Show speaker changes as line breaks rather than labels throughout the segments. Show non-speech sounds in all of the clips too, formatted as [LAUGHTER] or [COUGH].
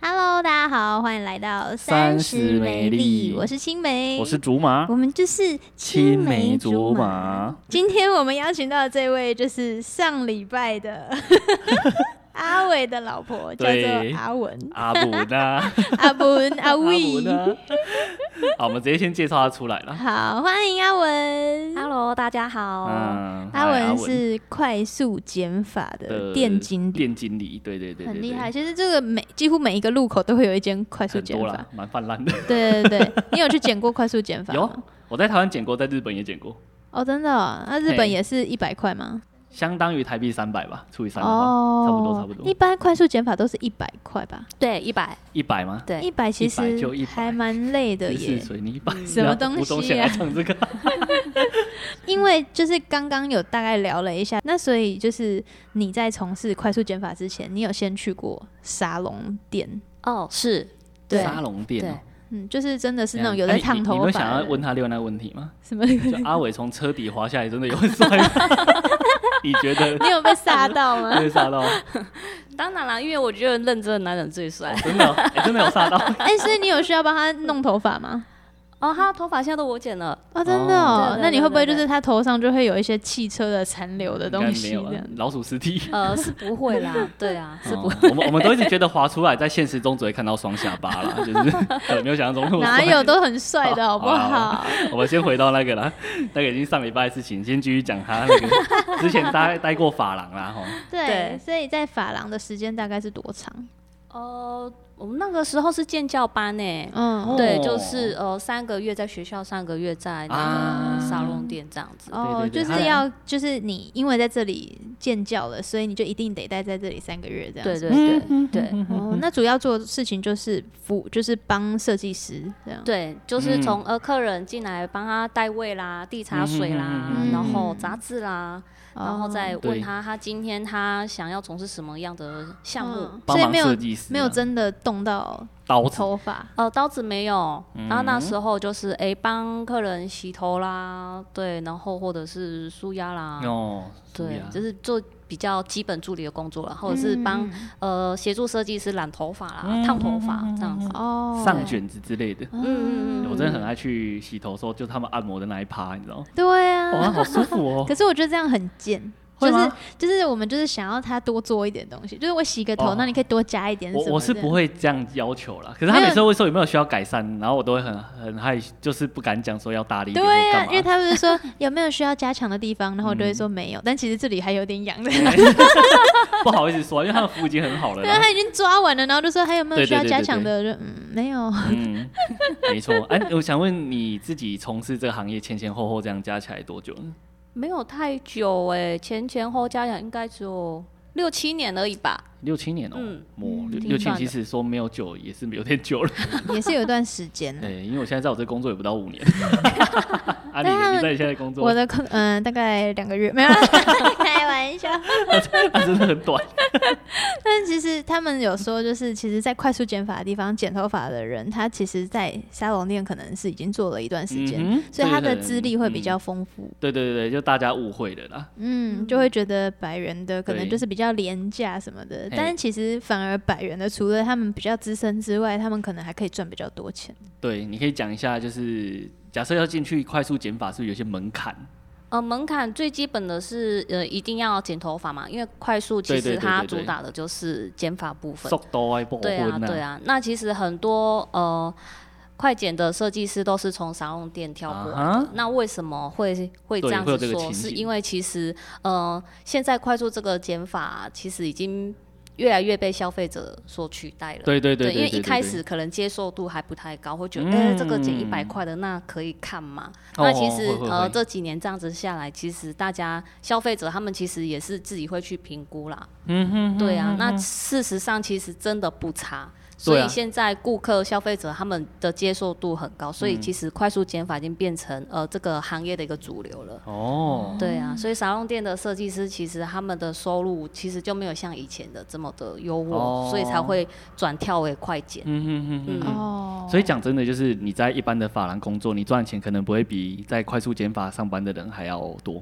好，欢迎来到
三
十
十
美
美丽
我是青梅，
我是竹马
我，们就是
青
梅
梅竹
马 [LAUGHS]
马。
今天我们邀请到的这位就是上礼拜
[LAUGHS]
的阿伟的老婆，叫
对
做阿文、
阿布呢？
阿
[LAUGHS]
文、阿
阿啊
伟
布。呢？好，我们直接先介绍他出来了。
好，欢迎阿文。
Hello，大家好。
嗯，
阿
嗨
文是快速减法的
的
店经理，
店经理，对对对，对
很厉害。
对
其实这个每几乎每一个路口都会有一间快速
很
减
多
法
啦。， [LAUGHS] 蛮泛滥的。
对对对，你有去剪过快速减法吗？
有，我在台湾剪过，在日本也剪过，
哦，真的哦、那日本
嘿
也是一百块吗？
相当于台币三百吧，除以三的话，
哦，
差不多差不多
一般快速减法都是一百块吧？
对，一百。
一百吗？
对
一百其
100就
实
100
还蛮累的
芝士
耶，
水泥板，
什么东西啊
吴宗宪来
[LAUGHS]
唱这个，
因为就是刚刚有大概聊了一下，那所以就是你在从事快速减法之前，你有先去过沙龙店，
哦，是，对
沙龙店哦。
嗯，就是真的是那种
哎
有在
你
烫
你
头
们
发
想
的，
要问他另外那个问题
[LAUGHS]
吗？
什么？你
就阿伟从车底滑下来，真的有很帅吗？ [LAUGHS] 你觉得
有被吓到吗？
[LAUGHS] 被吓到？
当然啦，因为我觉得认真的男人最帅。
真的哦、哎真的有吓到。
哎、所以你有需要帮他弄头发
[LAUGHS]
吗？
哦，他的头发现在都我剪了。
哦，真的哦，
对对
那你会不会就
对对
是他头上就会有一些汽车的残留的
应该
东西
没
这
有啊
样？
老鼠尸体。
[LAUGHS] 呃，是不会啦。对啊，是不
哦。我们我们都一直觉得滑出来，在现实中只会看到双下巴啦，就是对没有想象中 [LAUGHS] 那么
哪
帅。
有都很帅的好不
好好
好？
我们先回到那个啦，那个已经上礼拜的事情，先继续讲他那个之前待待过发廊啦，吼，
[LAUGHS] 对，
对
所以在发廊的时间大概是多长？
哦，我们那个时候是建教班诶。
嗯
哦
对，就是呃，三个月在学校，三个月在那
啊
个沙龙店这样子。
哦，
对对
就
对
是要就是你因为在这里建教了，所以你就一定得待在这里三个月这样
对
子。
对
嗯
对对
[LAUGHS] 哦，那主要做的事情就是服，就是帮设计师这样。
对，就是
嗯
从呃客人进来帮他带位啦、递茶水啦
嗯
嗯嗯嗯，嗯
然后杂志啦，
哦，
然后再
对
问他，他今天他想要从事什么样的项目？
嗯
帮
所以
忙
没有
设计师啊
没有真的动到
刀子，
头发。
呃，刀子没有，
嗯
然后那时候就是哎帮、客人洗头啦，对，然后或者是梳压啦，
啊
哦，
对，
呀
就是做比较基本助理的工作啦，或者是帮、呃协助设计师染头发
嗯
啦、烫、头发这样子。
哦
上卷子之类的。
嗯嗯嗯
我真的很爱去洗头的时候，就他们按摩的那一趴，你知道吗？
对啊
哇，，好舒服哦
可！是我觉得这样很贱。就
会
是
吗
就是我们就是想要他多做一点东西，就是我洗个头，
哦
那你可以多加一点什
我
么这样。
我是不会这样要求啦，可是他每次都会说有没有需要改善，然后我都会很很害，就是不敢讲说要大力一点
对啊
或
呀、
干嘛嗯
因为他们就说有没有需要加强的地方，然后我就会说没有，但其实这里还有点痒的。
啊
[LAUGHS]
哎 [LAUGHS] 不好意思说，因为他的服务已经很好了
对啊，
啦。
他已经抓完了，然后就说还有没有
对对
需要
对
加
对
强的？就嗯，没有。
嗯，没错。哎、我想问你自己从事这个行业前前后后这样加起来多久？
没有太久哎、前前后加起来应该只有六七年而已吧。
六七年哦、
嗯
哇六
挺
六七年
短的
其实说没有久也是有
[LAUGHS]
点久了。哎
也是有一段时
[LAUGHS]
间了。
对，因为我现在在我这工作也不到五年。 [LAUGHS] 啊，
但他们
你你在你现在工作
我，的工嗯、大概两个月没有啦， [LAUGHS] 开玩
[LAUGHS]
笑。
啊、真的很短。
但其实他们有说，就是其实，在快速剪发的地方剪头发的人，他其实，在沙龙店可能是已经做了一段 [LAUGHS] 时间，
嗯哼
所以他的
可能
资历会比
嗯
较丰富。
对对对，就大家误会了啦。
嗯，就会觉得百元的可能
对
就是比较廉价什么的，
嘿
但其实反而百元的除了他们比较资深之外，他们可能还可以赚比较多钱。
对，你可以讲一下，就是假设要进去快速减法，是不是有些门槛？
呃，门槛最基本的是呃一定要剪头发嘛，因为快速其
对对对
实它
对对
主打的就是剪发部分
速。度啊，不
对啊，
分
对
啊，
啊。那其实很多呃快剪的设计师都是从沙龙店挑过来的。
啊哈
那为什么会会
对
这样
会有
子
这个
说？
情
是
形
因为其实呃现在快速这个剪法其实已经越来越被消费者所取代了。
对对对
因为一
对
开
对
始可能接受度还不太高，会觉得
嗯
哎、这个减一百块的那可以看吗？
哦
那其实
会会
呃
会
这几年这样子下来，其实大家消费者他们其实也是自己会去评估啦。
嗯哼，
对啊，那事实上其实真的不差。所
对啊
以现在顾客、消费者他们的接受度很高，所以
嗯
其实快速减法已经变成呃这个行业的一个主流了。
哦，
对啊，所以沙龙店的设计师其实他们的收入其实就没有像以前的这么的优渥，
哦
所以才会转跳为快减。
嗯哼哼哼。
嗯
哦
所以讲真的，就是你在一般的发廊工作，你赚的钱可能不会比在快速减法上班的人还要多。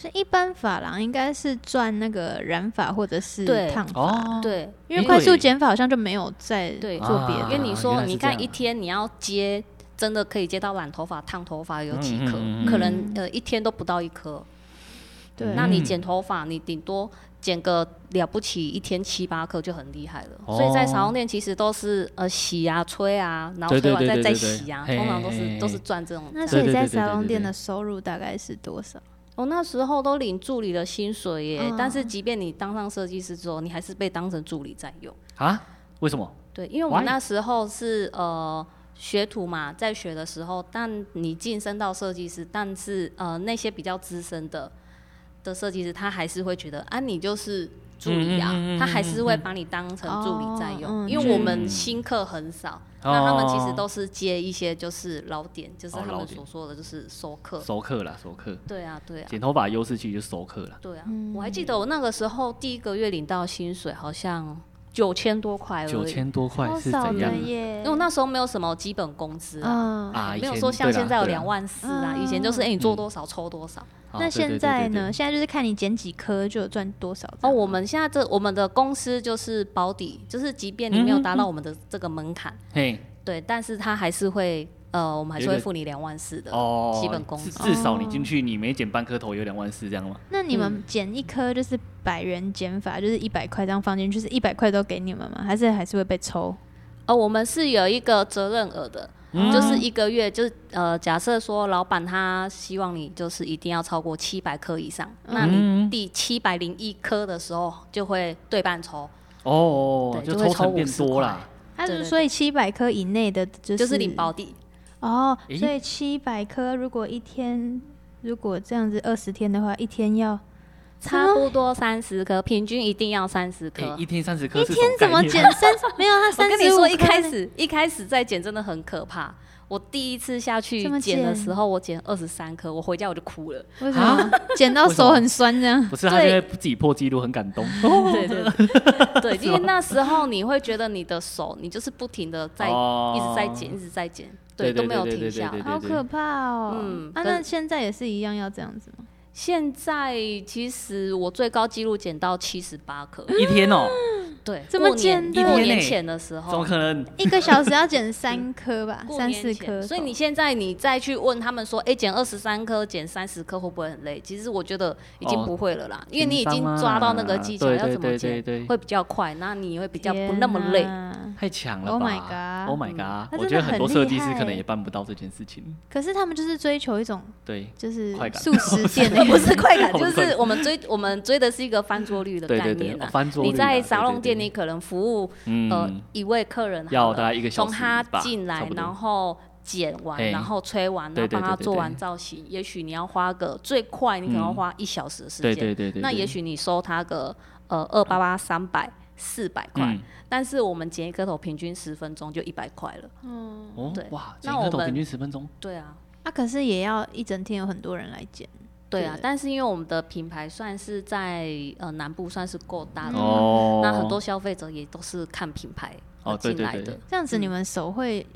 是一般发廊应该是赚那个染发或者是
对
烫发，
哦，
对
因为快速
对
剪发好像就没有在
对
做别的，
啊
因为你
原
说，
来是
你
这样
看一天你要接，真的可以接到染头发、烫头发有几颗？
嗯嗯嗯嗯
可能呃一天都不到一颗。
对，
那你剪
嗯
头发，你顶多剪个了不起一天七八颗就很厉害了。
哦
所以在沙龙店其实都是呃洗啊、吹啊，然后
对对
吹完
对
再
对
再
对对
洗啊，
嘿
通常都
嘿
是
嘿
都是赚这种。
那所以
对对
在
对对
沙龙
对
店
对
的收入大概是多少？
我那时候都领助理的薪水耶，
嗯
但是即便你当上设计师之后，你还是被当成助理在用。
啊？为什么？
对，因为我
Why？
那时候是呃学徒嘛，在学的时候，但你晋升到设计师，但是呃那些比较资深的的设计师，他还是会觉得啊你就是助理啊，
嗯嗯嗯嗯嗯
他还是会把你当成助理在用，
哦嗯
因为我
嗯
们新客很少，
哦
那他们其实都是接一些就是老点，就是
哦
他
老
们
点
所说的就是收客。
熟客啦，熟客，
对啊，呃对啊。
剪头发优势其实就是熟客啦。
对啊，
嗯
我还记得我那个时候第一个月领到薪水好像九千多块而已，
九千多块
超
是
少
怎样
的？耶
因为我那时候没有什么基本工资啊，
嗯，
啊，以
没有
前
说像
对啦
现在有
对啦
两万四啊，
嗯
以前就是哎、你做多少抽多少。
啊
那
对对
现
对
在
对
呢？现在就是看你剪几颗就有赚多少这
哦，
样。
我们现在这我们的公司就是保底，就是即便你没有达到我们的这个门槛，
对对
对，但是他还是会呃，我们还是
有一
会
个
付你两万四
嘿，
的。
哦，
基本工
至
资
至少你
哦
进去，你每剪半颗头有两万四这样吗？
那你们剪一颗就是百元减法，就是一百块这样放进去，是一百块都给你们吗？还是还是会被抽？
呃，我们是有一个责任额的，
嗯
就是一个月，就是呃，假设说老板他希望你就是一定要超过七百颗以上，那
嗯
你第七百零一颗的时候就会对半抽，
哦，
对
就
就会
抽
抽
成变
50
多啦。
他
对
是
对
所以七百颗以内的就是
就是领保底。
哦，
诶
所以七百颗如果一天如果这样子二十天的话，一天要
差不多三十颗，平均一定要三十颗
哎，。一天三十颗
一
是什
天怎么
概念
减？三十？ [LAUGHS] 没有，他
我
三
跟你
十
说，一开始一开始在剪真的很可怕。我第一次下去
怎么
剪的
剪
时候，我剪二十三颗，我回家我就哭了。
为什么剪啊到
为什么
手很酸这样？
[LAUGHS] 不是，他
对
现在自己破纪录，很感动。
[LAUGHS] 对对对对，因为那时候你会觉得你的手，你就是不停的在
哦
一直在剪，一直在剪，
对
都
对
没有
对对
停
对
下
对
来。
好可怕哦！
嗯
啊，
可
那现在也是一样要这样子吗？
现在其实我最高纪录剪到七十八颗，
一天哦，
对，
怎么
过年
剪的
过
一天
年
欸
前的时
怎么
候。，
可能？
一个小时要剪三颗吧啊三四
颗，
颗。
所以你现在你再去问他们说，哎、减二十三颗，减三十颗会不会很累？其实我觉得已经
哦
不会了啦，因为你已
轻
经
松啊
抓到那个技巧
对
要
对
怎么
对
减
对对，
会比较快，那你会比
比
较不那么累。
啊
太强了
Oh
吧
my god
Oh my
他
god！
真
我
的
觉得很多设计
很
师
厉害
可能也办不到这件事情。
可是他们就是追求一种
对，
就是
快感
速食
[LAUGHS]
店那
不是快感，
我
就
们
是我们追我们追的是一个翻桌率的
对
概
对对
念，啊。
翻桌率
你
啦
在
对
沙
对
龙店，
对
你可能服务呃
嗯，
一位客人好
要
了
大概一个小时
从他
吧
进
差
来
不，多
然后剪完
嘿，
然后吹完，然
对
后
对
帮他
对对
做
对
完造型，也许你要花个最快，你可能要
嗯
花一小时的时
对
间。
对对对，
那也许你收他个呃二八八、三百、四百块
嗯，
但是我们剪一颗头平均十分钟就一百块了。
嗯
哦
对
哇，剪
那
一颗
我
头
们
平均十分钟，
对啊，
啊，可是也要一整天有很多人来剪，
对啊
对，
但是因为我们的品牌算是在呃南部算是够大的，
哦
嗯那很多消费者也都是看品牌
哦
而
对
进
对
来
对
的。
这样子
嗯
你们手会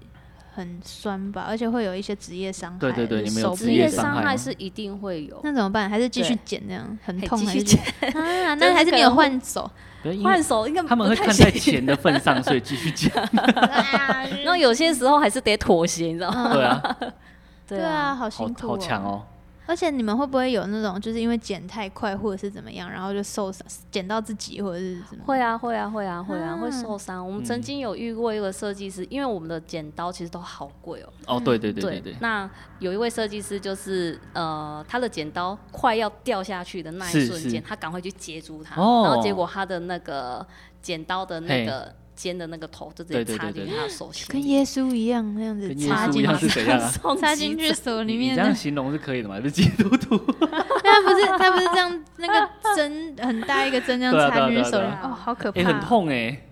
很酸吧？而且会有一些职业伤害。
对对对
就是
你们有
手
职
部
职
业
业
的
伤
伤
害吗
害是一定会有。
那怎么办？还是继续
对
剪那样很
嘿
痛？
继
还
续
是继续 [LAUGHS] 啊？那还是你有换手？
对，因为
换手应该
他们会
不太
看在
行 [LAUGHS]
钱的份上，所以继续讲。
啊
然后有些时候还是得妥协，你知道吗？
对啊，
对啊，，好辛
好
苦，
好强。哦。
而且你们会不会有那种就是因为剪太快或者是怎么样，然后就受伤，剪到自己或者是怎么？
会啊，会啊，会啊，会啊，
啊
会受伤。我们曾经有遇过一个设计师，因为我们的剪刀其实都好贵哦。
哦，对对对对对，
那有一位设计师就是呃，他的剪刀快要掉下去的那一
是
瞬
是
间，他赶快去接住它，
哦
然后结果他的那个剪刀的
嘿
那个尖的那个头就直
对
接
对
插
对
进
对
他的手心里，
跟耶稣一样那样子
跟耶
插
稣
进
一样
去
是怎样啊
[LAUGHS] 送
插
急
进去
诊
手里
你你
面
这
的。
样形容是可以的嘛？你 [LAUGHS] 是基督徒，
他不是他不是这样，那个针很大一个针这样
对啊
插进去
对啊
手
对
里
啊
面，哦，
对啊
好可
哎，
怕，
很，痛哎。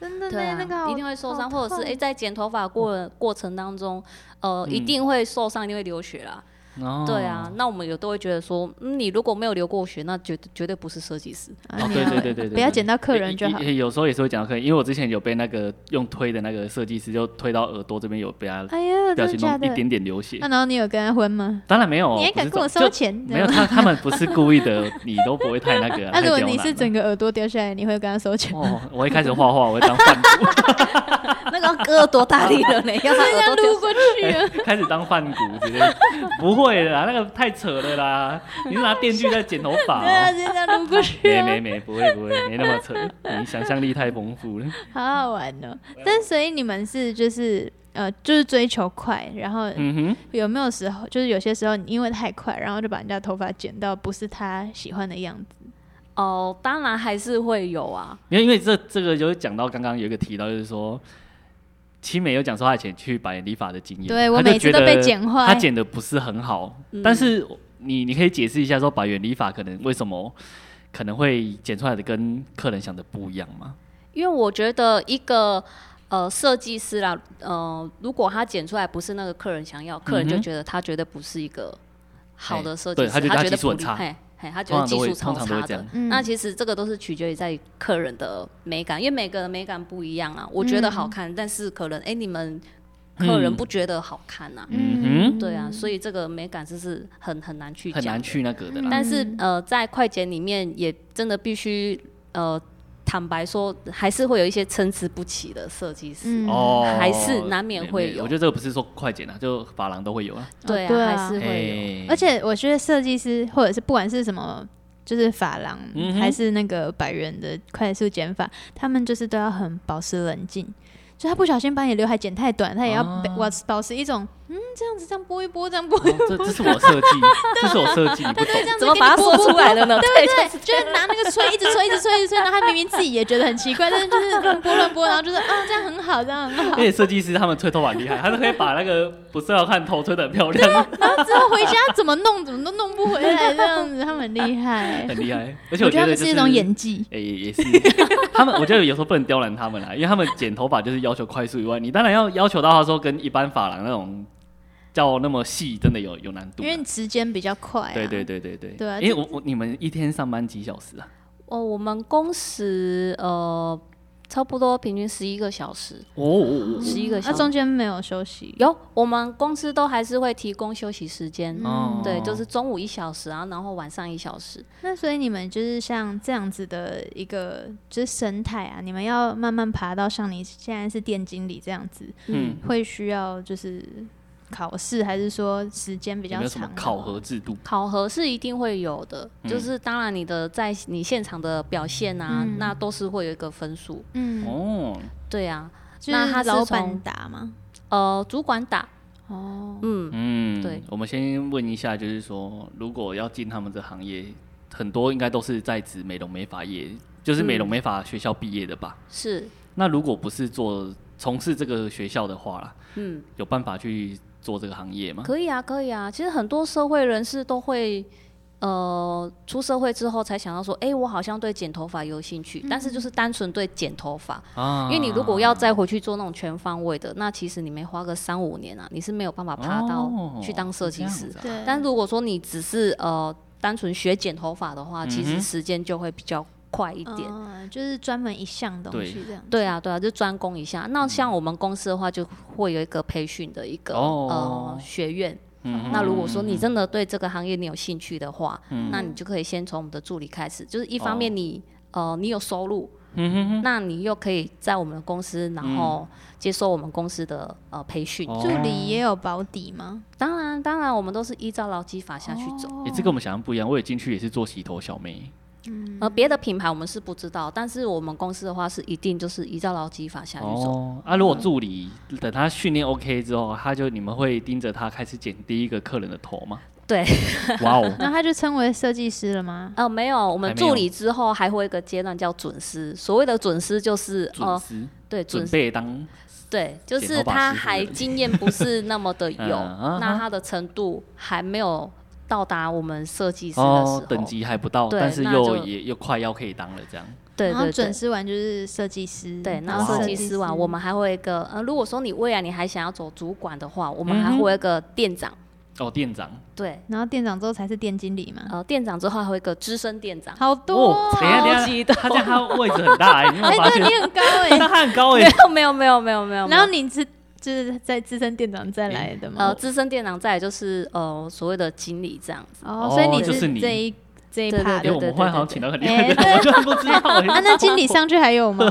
真的
对
呢，
啊，
那个好
一定会受伤，
好
或者是
痛
哎、在剪头发过过程当中，呃，一
嗯
定会受伤，一定会流血啦。
哦
对啊，，那我们有都会觉得说，嗯，你如果没有留过学，那绝绝对不是设计师。
啊
哦
你
对
要
对对对对
不要捡到客人就好
也。也有时候也是会讲到客人，因为我之前有被那个用推的那个设计师就推到耳朵这边有被他
哎呀，
不
真的
小心
假
弄
的
一？点点流血
那、，然后你有跟他婚吗？
当然没有，
你还
不是
敢跟我
这种
收
就
钱？
没有他他们不是故意的，你都不会太那个啊。
[LAUGHS] 那
太
如果
刁
你
难
是
了
整个耳朵掉下来，你会跟他收钱？
[LAUGHS] 哦，我一开始画画，我会当
[LAUGHS]
饭骨，
那个割多大力
[LAUGHS]
了呢？要把耳朵丢
过去啊！
开始当饭骨之类的，不会啦，那个太扯了啦！你是拿电锯在剪头发、
对啊，
哦？
直接这样撸过去
没
啊，
没没，不会不
[LAUGHS]
会，没那么扯，你想象力太丰富了。 [LAUGHS]
好好玩哦。
啊
但所以你们是就是呃，就是追求快，然后
嗯哼，
有没有时候就是有些时候你因为太快，然后就把人家头发剪到不是他喜欢的样子？
哦，当然还是会有啊。
因为因为这这个就是讲到刚刚有一个提到，就是说。青美有讲说她以前去白理发的经验，
对我
她就
每次都
觉得
被剪坏
她剪的不是很好。
嗯
但是你你可以解释一下说，百元理发可能为什么可能会剪出来的跟客人想的不一样吗？
因为我觉得一个呃设计师啦，呃，如果他剪出来不是那个客人想要，客人就
嗯哼
觉得他绝对不是一个好的设计
对
师，
他觉得他
觉得
技术
不
很
厉
差
害，嘿他觉
通
得
常都
技
会
术超
通常都会
差
这
的
样。。
嗯
那其实这个都是取决于在客人的美感，因为每个人美感不一样啊。我觉得好看，但是可能哎、你们客人
嗯
不觉得好看啊？
嗯
对啊，所以这个美感就是很很难去
很
讲啊
难去那个的
嗯
啦。
但是呃，在快剪里面也真的必须呃，坦白说，还是会有一些参差不齐的设计师。
嗯
哦，
还是难免
没
会
没
有
我觉得这个不是说快剪啊，就发廊都会有啊。
对
哦对啊
啊，还是会有。
哎
而且我觉得设计师或者是不管是什么，就是发廊、
嗯哼
还是那个百元的快速剪法，他们就是都要很保持冷静。就他不小心把你刘海剪太短，他也要
哦
被保持保持一种嗯这样子这样拨一拨这
[LAUGHS]
样拨一拨，
哦这这是我
[LAUGHS]
设计，这是我设计，你不懂。
这样子
怎么
给你
把它
拨
说
拨
出来了呢？对，
对，就是拿那个吹，一直吹，一直吹，一直吹，然后他明明自己也觉得很奇怪，但是就是乱拨乱拨，然后就是啊，这样很好，这样很 [LAUGHS] 好
而。且设计师他们吹头发很厉害，他是可以把那个不是要看头吹的很漂亮，
然后之后回家怎么弄，怎么都弄不回来，这样子，他们很厉害。
很厉害。 [LAUGHS] 而
哎我
且我
觉得
觉
他
得
们
就是
一种演技。
哎、也也是，他们我觉得有时候不能刁难他们啦，因为他们剪头发就是要求快速以外，你当然要要求到他说跟一般发廊那种叫那么细，真的有有难度啦。
因为你时间比较快、啊。
对对对对对，
对啊
因为我我你们一天上班几小时啊？
[LAUGHS] 哦，我们工时呃，差不多平均十一个小时，
哦哦
十一个
嗯那、
小时
中。间没有休息，
有，我们公司都还是会提供休息时间，
嗯
哦
对，就是中午一小时啊，然后晚上一小时。
那所以你们就是像这样子的一个就是生态啊，你们要慢慢爬到像你现在是店经理这样子，
嗯，
会需要就是考试，还是说时间比
有
较
没有什么
长？
考核？制度？
考核是一定会有的，
嗯
就是当然你的在你现场的表现啊，
嗯
那都是会有一个分数。
嗯，
哦，
对啊，
就是
那他是
老
从
板打吗？
呃，主管打，
哦，
嗯，
嗯，
对。
我们先问一下，就是说，如果要进他们这行业，很多应该都是在职美容美发业，就是美容美发学校毕业的吧？
是，
那如果不是做从事这个学校的话啦，
嗯，
有办法去做这个行业吗？
可以啊，可以啊。其实很多社会人士都会，呃，出社会之后才想到说，哎、我好像对剪头发有兴趣，但是就是单纯对剪头发，
啊
因为你如果要再回去做那种全方位的，那其实你没花个三五年啊，你是没有办法爬到
哦
去当设计
这样
师。
子啊
对，
但如果说你只是呃单纯学剪头发的话，其
嗯
实
哼
时间就会比较快一
一
点。
呃就是专门一项东西这样。
对啊，对啊，就专攻一下。那
嗯
像我们公司的话，就会有一个培训的一个、
哦
呃学院。
嗯哼
那如果说你真的对这个行业你有兴趣的话，
嗯
那你就可以先从我们的助理开始。就是一方
哦
面你、呃你有收入，
嗯哼哼
那你又可以在我们的公司，然后接受我们公司的呃培训。
哦
助理也有保底吗？
当然，当然我们都是依照劳基法下去走。
哦诶这跟我们想象不一样。我也进去也是做洗头小妹，
呃，别的品牌我们是不知道，但是我们公司的话是一定就是依照劳基法下去嗯走。
哦，啊，如果助理等他训练 OK 之后，他就你们会盯着他开始剪第一个客人的头吗？
对，
哇
[LAUGHS] 嗯
哦，
然后他就称为设计师了吗？
呃，没有，我
还
们
没有
助理之后还会有一个阶段叫准师。所谓的准师就是
准
呃，
时
对，准
准
师
备当
对，就
剪头
是
发
他
师傅
还
的
经验不是那么
[LAUGHS]
的
嗯
有，
啊
那
哈
他的程度还没有到达我们设计师的时候。
哦，等级还不到，
对
但是
那
又
就
也又快要可以当了这样。
对
然后
对
啊准
对。
师完就是设计师，
对，
然
那
后
设计
计
师啊完，我们还会有一个，呃，如果说你未来你还想要走主管的话，我们
嗯
还
哼
会有一个店长，
哦，店长，
对，
然后店长之后才是店经理嘛，
呃，店长之后还有一个资深店
[LAUGHS]
长，
好多哦、
等一下
超
等
级
一
的
下，他这样他位置很
[LAUGHS]
大、欸，你有没
哎、
有发
对
现？
你很高哎、
[LAUGHS] 但他很高哎、
没有没有没有没有没有，
然后你是就是在资深店长再来的
呃
嘛？
资深店长再来就是呃所谓的经理这样子，
哦
哦
所以你
就是你
这一这一
对对
趴
因
的
为
对。
哎我们忽然好像请到很厉
哎
害的人，我就不知
[LAUGHS]
道、欸。
啊，那经理上去还有
[LAUGHS]
吗？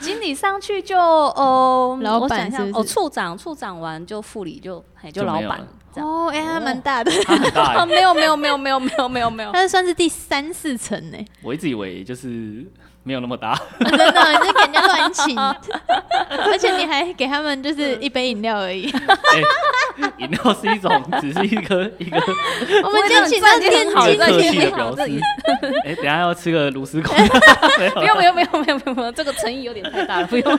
经理上去就哦，
老
我
板
想一下
是不
哦，
是
处长处长完就副理就嘿就
就
老
没有
板
了
这样。
哦，哎、他蛮大的，
他很大、
啊，
欸，
没有没有没有没有没有没有没有，
他算是第三四层呢、
我一直以为就是没有那么大， [LAUGHS]
真的，你是给人家乱请，而且你还给他们
嗯
就是一杯饮料而
[LAUGHS]
已。
哎饮、料是一种，只是一
[LAUGHS]
个一个
[LAUGHS] 我们就请到店
好
经
这
客
里
气的啊
理，
表
这里
示。哎、等一下要吃个卢丝孔，
[LAUGHS]
没有
[LAUGHS] 不
啦
用不用不用不用不用不用，这个诚意有点太大了，不用。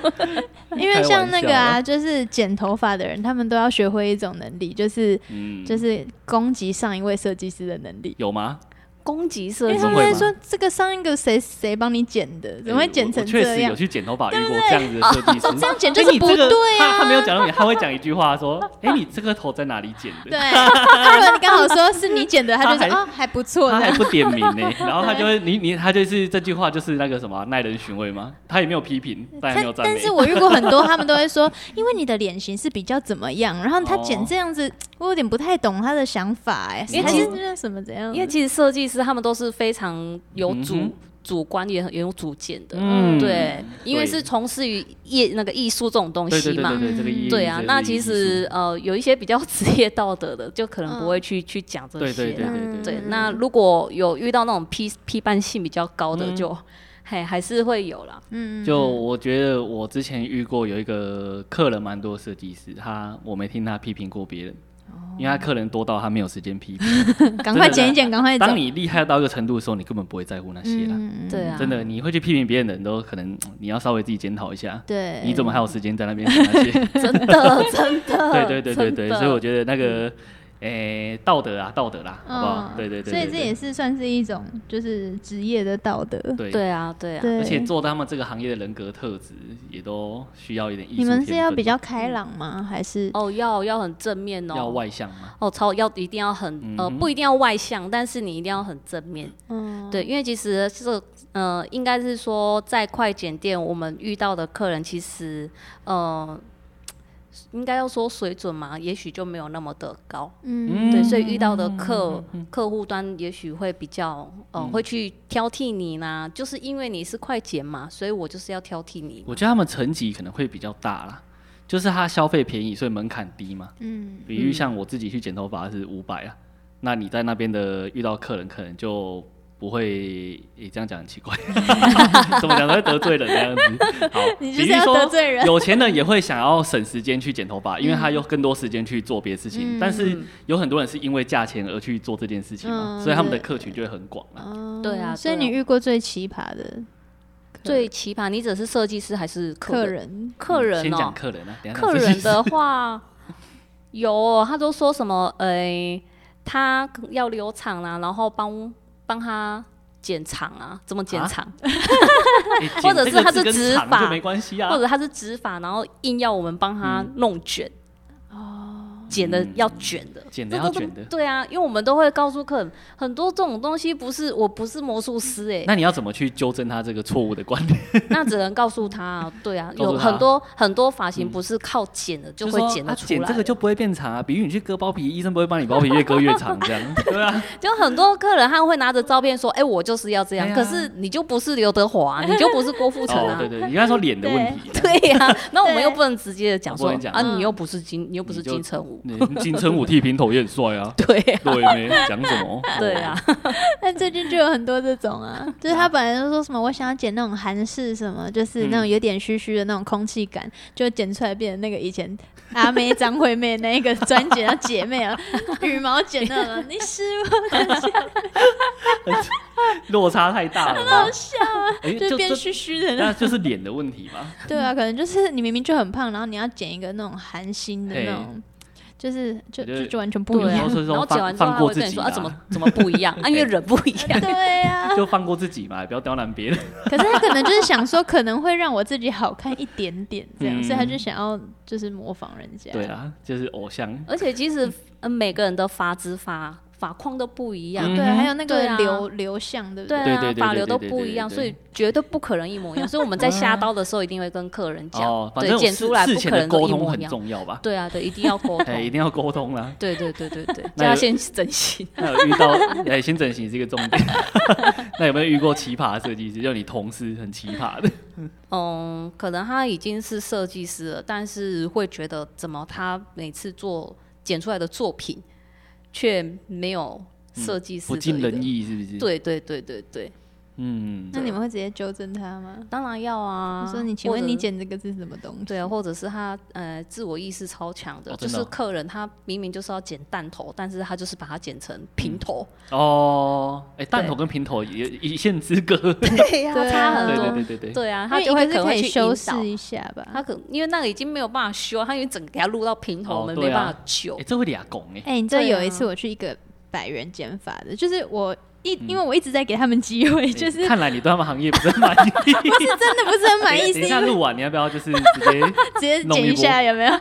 因为像那个啊，就是剪头发的人，他们都要学会一种能力，就是
嗯，
就是攻击上一位设计师的能力。
有吗？
攻击设
因
[LAUGHS]
为他
计
怎
们 [LAUGHS]
么会
会
吗
说这个上一个谁谁帮你剪的，怎么会剪
哎我
成
我确
这
实有
样？
去剪头发遇过这样子的设计师，
哦这样剪
哎
就是
你
不
这个
对
他他没有
啊！
讲到你，他会讲一句话说：“哎、你这个头在哪里剪的？” [LAUGHS]
对，那如果你刚好说是你剪的，他就
他
说
还
哦还不错
他还
的。
不点名
[LAUGHS]
呢、然后他就会你你他就是这句话就是那个什么耐人寻味吗？他也没有批评，但也没
但
有赞美。
但是我遇过很
[LAUGHS]
多，他们都会说，因为你的脸型是比较怎么样，然后他剪
哦
这样子，我有点不太懂他的想法哎，
因为
还
其
是
实
那什么怎样
因为
的？
其实设计师他们都是非常有主、
嗯哼
主观也很也有主见的，
嗯
对，因为
对
是从事于业那个艺术这种东
对对
西
对
嘛。
对对，这个
嗯
意义
对啊
这，个
那
意义
其
是
实呃有一些比较职业道德的，就可能不会去、去讲
嗯
这
对
些
对对
啦。
对
对
嗯，
那如果有遇到那种批批判性比较高的
嗯
就，嘿还是会有啦。
嗯，
就我觉得我之前遇过有一个客人蛮多设计师，他我没听他批评过别人，
哦
因为他客人多到他没有时间
[LAUGHS]
批评。
赶快剪一剪，赶快走
当。你厉害到一个程度的时候，你根本不会在乎那些啦。
嗯
对啊，
真的，你会去批评别人的人都可能，嗯你要稍微自己检讨一下，
对，
你怎么还有时间在那边想
[LAUGHS]
那些？
真的真的，
[LAUGHS] 对对对对
真
对，
的
所以我觉得那个，诶、道德啊，道德啦，好不好？对对对
嗯所以
对
这也
对，
是算是一种就是职业的道德。
对
对啊对啊，
对，
而且做他们这个行业的人格特质，也都需要一点艺术
你们是
天
要
分
比较开朗吗？还是
哦要要很正面哦，
要外向嘛？
哦，超要一定要很、呃，不一定要外向，但是你一定要很正面。
嗯，
对，因为其实这个呃，应该是说在快检店，我们遇到的客人其实呃，应该要说水准嘛，也许就没有那么的高。
嗯
对，所以遇到的客客户端也许会比较，呃，会去挑剔你啦，就是因为你是快检嘛，所以我就是要挑剔你。
我觉得他们层级可能会比较大啦，就是他消费便宜，所以门槛低嘛。
嗯
比如像我自己去剪头发是五百啊，那你在那边的遇到客人可能就不会，也、这样讲很奇怪， [LAUGHS] 怎么讲都会得罪人这样
[LAUGHS]
子。好，
你就
比
是
如
要
说
得罪人
有钱人也会想要省时间去剪头
嗯
发，因为他有更多时间去做别的事情。但是有很多人是因为价钱而去做这件事情嘛，
嗯
所以他们的客群就会很广啊。
哦
对啊
所以
对啊
你遇过最奇葩的
最奇葩，你只是设计师还是客
客
人？
人？ [LAUGHS]
客人哦，
先讲客人啊，等一下
客
设计
人
师 [LAUGHS]
的话，有哦、他都说什么？诶、他要留长啦、然后帮帮他剪长啊，怎么剪长？
欸剪
或者是
这个
他
字
是
跟
直
长
发
就没关系啊，
或者他是直发，然后硬要我们帮他弄卷。哦，剪的
嗯
要卷的，
剪的
这
要
都
卷的
对啊，因为我们都会告诉客人，很多这种东西不是，我不是魔术师哎、
那你要怎么去纠正他这个错误的观念？
[LAUGHS] 那只能告诉他啊，对啊，
告诉
有
他嗯
很多很多发型不是靠剪的就会
说
剪得
啊
出来，
剪这个就不会变长啊。比如你去割包皮，医生不会帮你包皮越割越长这
[LAUGHS]
样，对啊，
就很多客人他会拿着照片说：“哎、我就是要这样。
哎呀
可是你就不是刘德华、你就不是郭富城
哦
啊。
对对，你刚才说脸的问
[LAUGHS]
题，啊
对呀、那我们
对
又不能直接的讲说
我不能讲
啊，
嗯
你又不是金，你又不是
你就
金城武，，
嗯金城武剃平头也很帅啊
对呀、
对没？讲什么？
[LAUGHS] 对啊呀、
但最近就有很多这种啊，
[LAUGHS]
就是他本来就说什么我想要剪那种韩式什么，就是
嗯
那种有点虚虚的那种空气感，就剪出来变成那个以前阿妹张惠妹那一个专辑的姐妹
[LAUGHS]
啊，羽毛剪那种，你失误
落差太大了吧，
笑啊，
哎，
就
就
变
这
虚虚的那
[LAUGHS]
那就是脸的问题吧。
对啊，可能就是你明明就很胖，然后你要剪一个那种韩星的那种，就是就
我觉得
就就完全不一
有
对
时
啊
候
样。
是
然
说
后剪
放
完之后
放
他
过
会
自
跟你
己
说
啦
啊，怎么怎么不一样？啊，因为人不一样。
对
啊
呀、
就放过自己嘛，不要刁难别人。
[LAUGHS] 可是他可能就是想说，可能会让我自己好看一点点这样，
嗯
所以他就想要就是模仿人家。
对啊，就是偶像。
而且其实呃每个人的发质发发框都不一样，
嗯
对，还有那
对
个
啊
流、流向，对不
对
对？
对对
啊，
对
发
对
流都
对
不
对
一样，
对
所以绝对不可能一模一样。所以我们在下刀的时候一定会跟客人讲，
哦，反
对，
正
剪
事
出来
事
不
前
可
的
能都
沟
一
通
模一
很
样。
重要
[LAUGHS]
吧？
对啊，对，一定要沟通。
[LAUGHS] 哎，一定要沟通啦。
对对对对对，
那
就要
有
先整形。
那有遇到哎，先整形是一个重点。 [LAUGHS] 那有没有遇过奇葩的设计师？就你同事很奇葩的，
[LAUGHS] 嗯，可能他已经是设计师了，但是会觉得怎么他每次做剪出来的作品却没有设计
嗯
师
不
的
尽
一
人
个。
意，是不是？，
对对对对对，
嗯，
那你们会直接纠正他吗？
当然要啊。
我说你，请
或
问
者
你剪这个是什么东西？
对啊，或者是他呃自我意识超强的，
哦
就
真的
是
哦
客人他明明就是要剪蛋头，但是他就是把它剪成平头，
哦，哎，弹头跟平头也 [LAUGHS] 一线之隔。对
嗯 [LAUGHS] 对
[LAUGHS]
呀
对啊
差很
对
多，
对对对，
对啊，
因
他
为
就
一
会
个
可
是
能
可
会
以
去
修
引
饰
导。
一下吧。
他可因为那个已经没有办法修，他因为整个给他录到平头，
哦
我们
对
没
啊
办法修
哎，。这会俩拱哎，
哎、你知道
对啊
有一次我去一个百元剪发的，就是我一、因为我一直在给他们机会，就是
哎看来你嗯对他们行业不是很满意。
[LAUGHS] 不是真的不是很满意，
哎
是
[LAUGHS] 等一
因
下
为
录完，你要不要就是直
[LAUGHS] 直接
接？
剪一下有没 [LAUGHS] 有？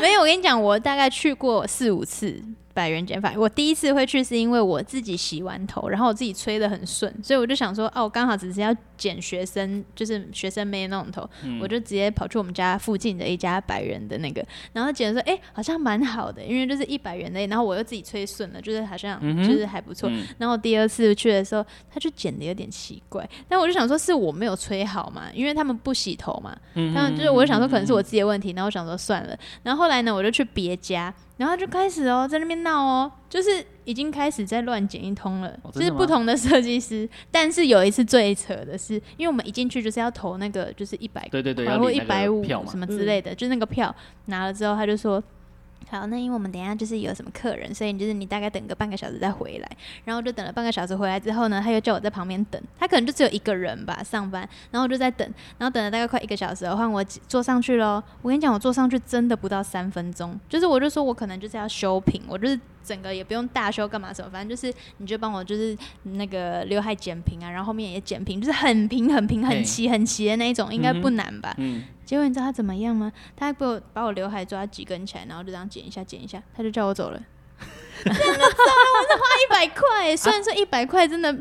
没有，我跟你讲，我大概去过四五次百元剪发。我第一次会去是因为我自己洗完头，然后我自己吹的很顺，所以我就想说，哦，我刚好只是要剪学生，就是学生妹那种头，
嗯
我就直接跑去我们家附近的一家百元的那个，然后剪说，哎、好像蛮好的，因为就是一百元的，然后我又自己吹顺了，就是好像、
嗯哼
就是还不错。
嗯
然后第二次去的时候，他就剪的有点奇怪，但我就想说是我没有吹好嘛，因为他们不洗头嘛，
嗯
他们就是我就想说可能是我自己的问题，然后我想说算了，然后后来呢我就去别家，然后就开始哦在那边闹哦，就是已经开始在乱剪一通了，
哦真的
就是
吗
不同的设计师，但是有一次最扯的是，因为我们一进去就是要投那个就是一百
对对对，
然
要
后
领
一
那个
百五
票嘛嗯
什。么之类的，就那个票拿了之后，他就说。好，那因为我们等一下就是有什么客人，所以你就是你大概等个半个小时再回来，然后就等了半个小时回来之后呢，他又叫我在旁边等，他可能就只有一个人吧上班，然后我就在等， [LAUGHS] 然后等了大概快一个小时了，换我坐上去喽。我跟你讲，我坐上去真的不到三分钟，就是我就说我可能就是要修平，我就是整个也不用大修干嘛什么，反正就是你就帮我就是那个刘海剪平啊，然后后面也剪平，就是很平很平
嘿
很齐很齐的那一种，应该
嗯哼
不难吧？
嗯，
结果你知道他怎么样吗？他给我把我刘海抓几根起来，然后就这样剪一下剪一下，他就叫我走了。真啊的走了，我只花一百 [LAUGHS] 块，虽然说一百块真的